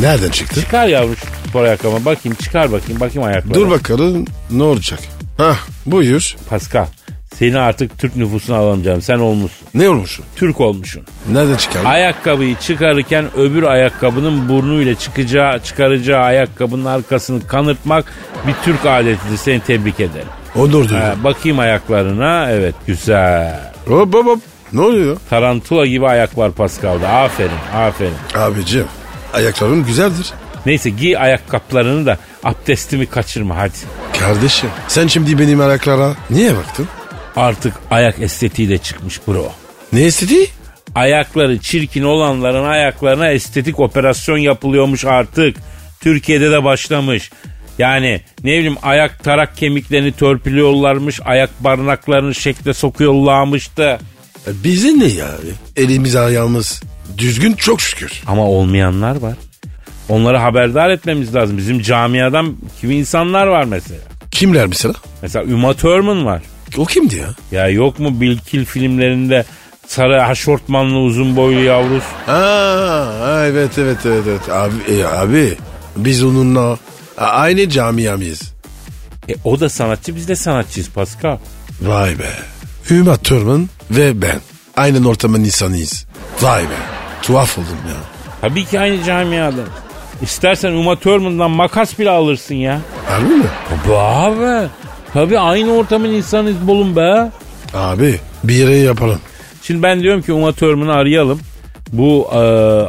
C: Nereden çıktı?
B: Çıkar yavrum şu spor ayakkabımı. Bakayım çıkar bakayım. Bakayım ayaklarına.
C: Dur bakalım ne olacak? Hah buyur.
B: Pascal seni artık Türk nüfusuna alamayacağım. Sen olmuşsun.
C: Ne olmuş?
B: Türk olmuşsun.
C: Nereden çıkardın?
B: Ayakkabıyı çıkarırken öbür ayakkabının burnuyla çıkacağı, çıkaracağı ayakkabının arkasını kanırtmak bir Türk adetidir. Seni tebrik ederim.
C: O doğru
B: Ha,
C: diyor.
B: bakayım ayaklarına. Evet güzel.
C: Hop hop hop. Ne oluyor?
B: Tarantula gibi ayak var Pascal'da. Aferin aferin.
C: Abicim ayakların güzeldir.
B: Neyse giy ayakkabılarını da abdestimi kaçırma hadi.
C: Kardeşim sen şimdi benim ayaklara niye baktın?
B: Artık ayak estetiği de çıkmış bro.
C: Ne istedi?
B: Ayakları çirkin olanların ayaklarına estetik operasyon yapılıyormuş artık. Türkiye'de de başlamış. Yani ne bileyim ayak tarak kemiklerini törpülüyorlarmış, ayak barnaklarını şekle sokuyorlarmış da.
C: E, Bize ne yani? Elimiz ayağımız düzgün çok şükür.
B: Ama olmayanlar var. Onları haberdar etmemiz lazım. Bizim camiadan kimi insanlar var mesela.
C: Kimler mesela?
B: Mesela Uma Thurman var.
C: O kimdi ya?
B: Ya yok mu Bilkil filmlerinde sarı haşortmanlı uzun boylu yavrus?
C: Aa, evet evet evet. evet. Abi, e, abi biz onunla a- aynı camiamıyız.
B: E, o da sanatçı biz de sanatçıyız Pascal.
C: Vay be. Hüma Thurman ve ben. Aynen ortamın insanıyız. Vay be. Tuhaf oldum ya.
B: Tabii ki aynı camiadan. İstersen Uma Thurman'dan makas bile alırsın ya.
C: Harbi mi?
B: Tabii abi. Tabii aynı ortamın insanıyız bulun be.
C: Abi bir yere yapalım.
B: Şimdi ben diyorum ki Uma Thurman'ı arayalım. Bu e,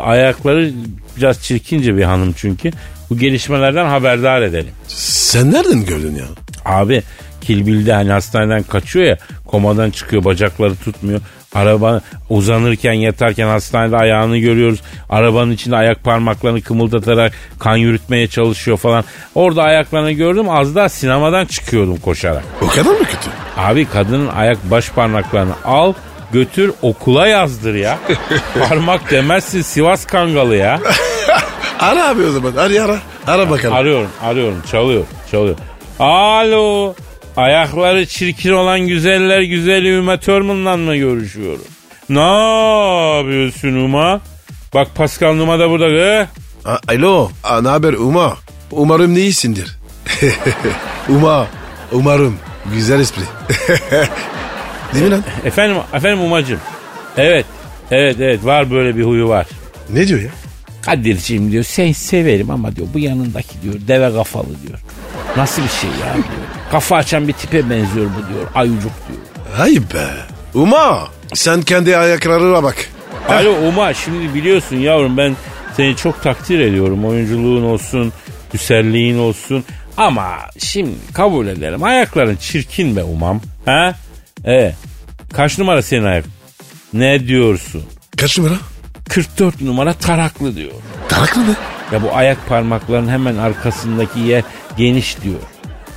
B: ayakları biraz çirkince bir hanım çünkü. Bu gelişmelerden haberdar edelim.
C: Sen nereden gördün ya?
B: Abi kilbilde hani hastaneden kaçıyor ya komadan çıkıyor bacakları tutmuyor. Araba uzanırken yatarken hastanede ayağını görüyoruz. Arabanın içinde ayak parmaklarını kımıldatarak kan yürütmeye çalışıyor falan. Orada ayaklarını gördüm az daha sinemadan çıkıyordum koşarak.
C: O kadar mı kötü?
B: Abi kadının ayak baş parmaklarını al götür okula yazdır ya. Parmak demezsin Sivas Kangalı ya.
C: Ara abi o zaman. Ara ara. Ara bakalım.
B: Arıyorum, arıyorum. Çalıyor, çalıyor. Alo. Ayakları çirkin olan güzeller güzeli Uma Thurman'la mı görüşüyorum? Ne yapıyorsun Uma? Bak Pascal Numa da burada. Eh,
C: A- Alo. Aa, Ne haber Uma? Umarım iyisindir. Uma. Umarım. Güzel espri. Değil mi lan?
B: Efendim, efendim Umacım. Evet, evet, evet. Var böyle bir huyu var.
C: Ne diyor ya?
B: Kadir'ciğim diyor sen severim ama diyor bu yanındaki diyor deve kafalı diyor. Nasıl bir şey ya diyor. Kafa açan bir tipe benziyor bu diyor. Ayucuk diyor.
C: Hayır be. Uma. Sen kendi ayaklarına bak.
B: Alo Uma şimdi biliyorsun yavrum ben seni çok takdir ediyorum. Oyunculuğun olsun, güzelliğin olsun. Ama şimdi kabul edelim ayakların çirkin be Umam. Ha? E, kaç numara senin ayak? Ne diyorsun?
C: Kaç numara?
B: 44 numara taraklı diyor.
C: Taraklı mı?
B: Ya bu ayak parmaklarının hemen arkasındaki yer geniş diyor.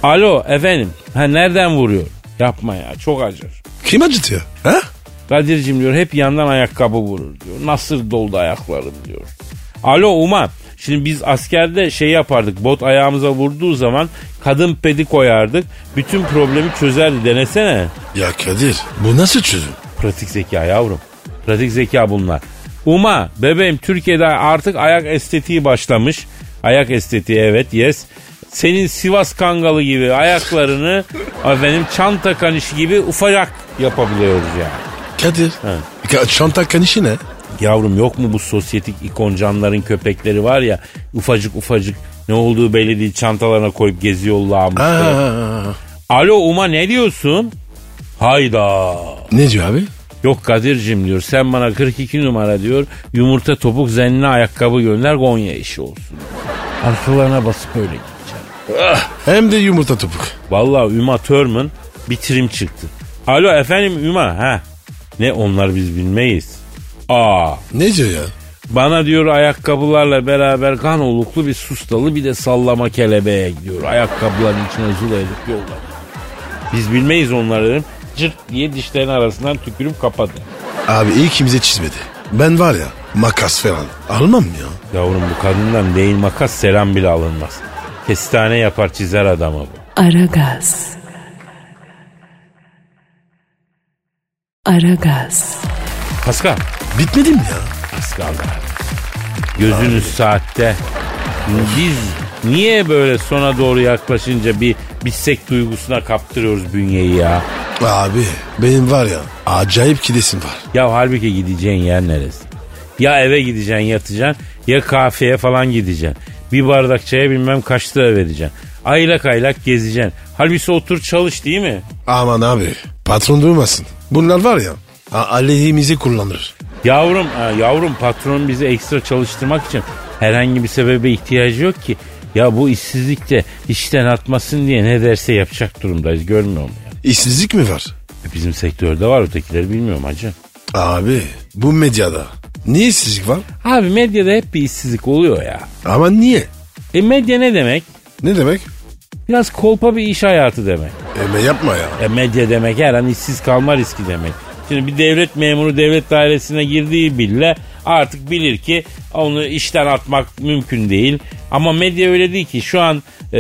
B: Alo efendim. Ha nereden vuruyor? Yapma ya çok acır.
C: Kim acıtıyor? Ha?
B: Kadir'cim diyor hep yandan ayakkabı vurur diyor. Nasıl doldu ayaklarım diyor. Alo Uman. Şimdi biz askerde şey yapardık. Bot ayağımıza vurduğu zaman kadın pedi koyardık. Bütün problemi çözerdi. Denesene.
C: Ya Kadir bu nasıl çözüm?
B: Pratik zeka yavrum. Pratik zeka bunlar. Uma bebeğim Türkiye'de artık ayak estetiği başlamış. Ayak estetiği evet yes. Senin Sivas Kangalı gibi ayaklarını efendim çanta kanışı gibi ufacak yapabiliyoruz yani.
C: Kadir. Ka- çanta kanişi ne?
B: Yavrum yok mu bu sosyetik ikoncanların köpekleri var ya ufacık ufacık ne olduğu belli değil çantalarına koyup geziyorlar.
C: Aa,
B: Alo Uma ne diyorsun? Hayda.
C: ne diyor abi?
B: Yok Kadir'cim diyor sen bana 42 numara diyor yumurta topuk zenli ayakkabı gönder Gonya işi olsun. Arkalarına basıp öyle gideceğim.
C: Hem de yumurta topuk.
B: Vallahi Üma Thurman bir trim çıktı. Alo efendim Üma ha. Ne onlar biz bilmeyiz. Aa
C: Ne diyor ya?
B: Bana diyor ayakkabılarla beraber kan oluklu bir sustalı bir de sallama kelebeğe gidiyor. Ayakkabıların içine zula edip yollar. Biz bilmeyiz onları dedim. Cırt diye dişlerin arasından tükürüp kapadı.
C: Abi iyi kimse çizmedi. Ben var ya makas falan almam ya.
B: Yavrum bu kadından değil makas selam bile alınmaz. Kestane yapar çizer adamı bu.
A: Aragaz. Aragaz.
B: Pascal.
C: Bitmedi mi ya?
B: Pascal abi. Gözünüz saatte. Biz niye böyle sona doğru yaklaşınca bir bitsek duygusuna kaptırıyoruz bünyeyi ya?
C: Abi benim var ya acayip kidesim var.
B: Ya halbuki gideceğin yer neresi? Ya eve gideceksin yatacaksın ya kafeye falan gideceksin. Bir bardak çaya bilmem kaç lira vereceksin. Aylak aylak gezeceksin. Halbuki otur çalış değil mi?
C: Aman abi patron duymasın. Bunlar var ya a- aleyhimizi kullanır.
B: Yavrum, ha, yavrum patron bizi ekstra çalıştırmak için herhangi bir sebebe ihtiyacı yok ki. Ya bu işsizlikte işten atmasın diye ne derse yapacak durumdayız görmüyor musun? ya?
C: İşsizlik mi var?
B: E Bizim sektörde var ötekileri bilmiyorum hacı.
C: Abi bu medyada niye işsizlik var?
B: Abi medyada hep bir işsizlik oluyor ya.
C: Ama niye?
B: E medya ne demek?
C: Ne demek?
B: Biraz kolpa bir iş hayatı demek.
C: Eme yapma ya.
B: E medya demek her an işsiz kalma riski demek. Şimdi bir devlet memuru devlet dairesine girdiği bile artık bilir ki onu işten atmak mümkün değil. Ama medya öyle değil ki şu an e,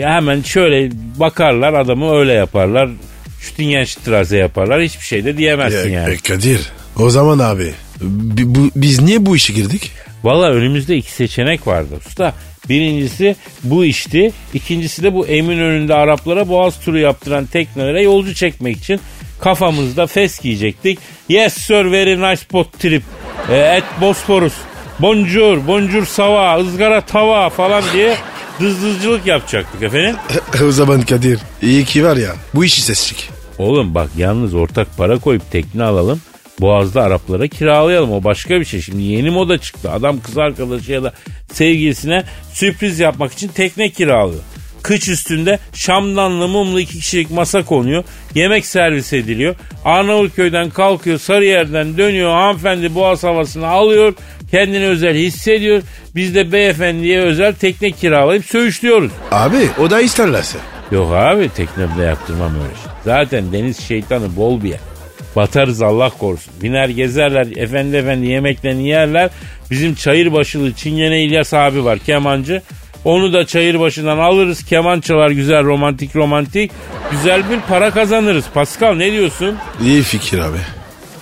B: hemen şöyle bakarlar adamı öyle yaparlar. Şütingen şıtraze yaparlar hiçbir şey de diyemezsin
C: Ya,
B: yani.
C: e, Kadir o zaman abi bi- bu- biz niye bu işe girdik?
B: Valla önümüzde iki seçenek vardı usta. Birincisi bu işti. ikincisi de bu emin önünde Araplara boğaz turu yaptıran teknelere yolcu çekmek için kafamızda fes giyecektik. Yes sir very nice boat trip. E, et Bosporus. Bonjour, bonjour sava, ızgara tava falan diye dızdızcılık yapacaktık efendim.
C: o zaman Kadir iyi ki var ya bu işi seçtik.
B: Oğlum bak yalnız ortak para koyup tekne alalım. Boğaz'da Araplara kiralayalım o başka bir şey. Şimdi yeni moda çıktı. Adam kız arkadaşı ya da sevgilisine sürpriz yapmak için tekne kiralıyor. Kıç üstünde şamdanlı mumlu iki kişilik masa konuyor. Yemek servis ediliyor. Arnavutköy'den kalkıyor Sarıyer'den dönüyor. Hanımefendi boğaz havasını alıyor. Kendini özel hissediyor. Biz de beyefendiye özel tekne kiralayıp söğüşlüyoruz.
C: Abi o da isterlerse.
B: Yok abi teknemde yaptırmam öyle şey. Zaten deniz şeytanı bol bir yer. Batarız Allah korusun. Biner gezerler efendi efendi yemeklerini yerler. Bizim çayır başılı Çingene İlyas abi var kemancı. Onu da çayır başından alırız. Keman çalar güzel romantik romantik. Güzel bir para kazanırız. Pascal ne diyorsun?
C: İyi fikir abi.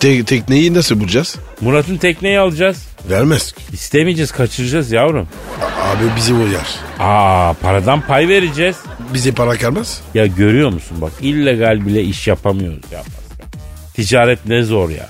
C: Te- tekneyi nasıl bulacağız?
B: Murat'ın tekneyi alacağız.
C: Vermez.
B: İstemeyeceğiz kaçıracağız yavrum.
C: A- Abi bizi uyar.
B: Aa paradan pay vereceğiz.
C: Bize para kalmaz.
B: Ya görüyor musun bak illegal bile iş yapamıyoruz ya Pascal. Ticaret ne zor ya.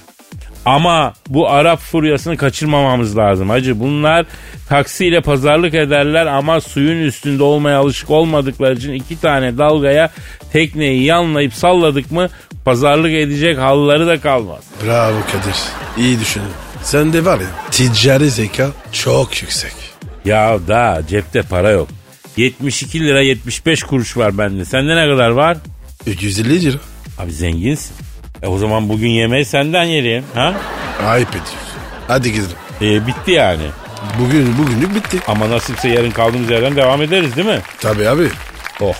B: Ama bu Arap furyasını kaçırmamamız lazım hacı. Bunlar taksiyle pazarlık ederler ama suyun üstünde olmaya alışık olmadıkları için iki tane dalgaya tekneyi yanlayıp salladık mı pazarlık edecek halları da kalmaz.
C: Bravo Kadir. İyi düşündün. Sen de var ya ticari zeka çok yüksek.
B: Ya da cepte para yok. 72 lira 75 kuruş var bende. Sende ne kadar var?
C: 350 lira.
B: Abi zenginsin. E o zaman bugün yemeği senden yerim. Ha?
C: Ayıp ediyorsun. Hadi gidelim.
B: E, bitti yani.
C: Bugün bugünlük bitti.
B: Ama nasipse yarın kaldığımız yerden devam ederiz değil mi?
C: Tabii abi.
B: Oh.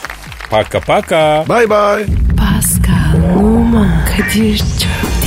B: Paka paka.
C: Bye bye.
A: Pascal, Oman, Kadir çok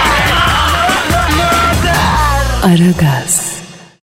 A: Aragaz.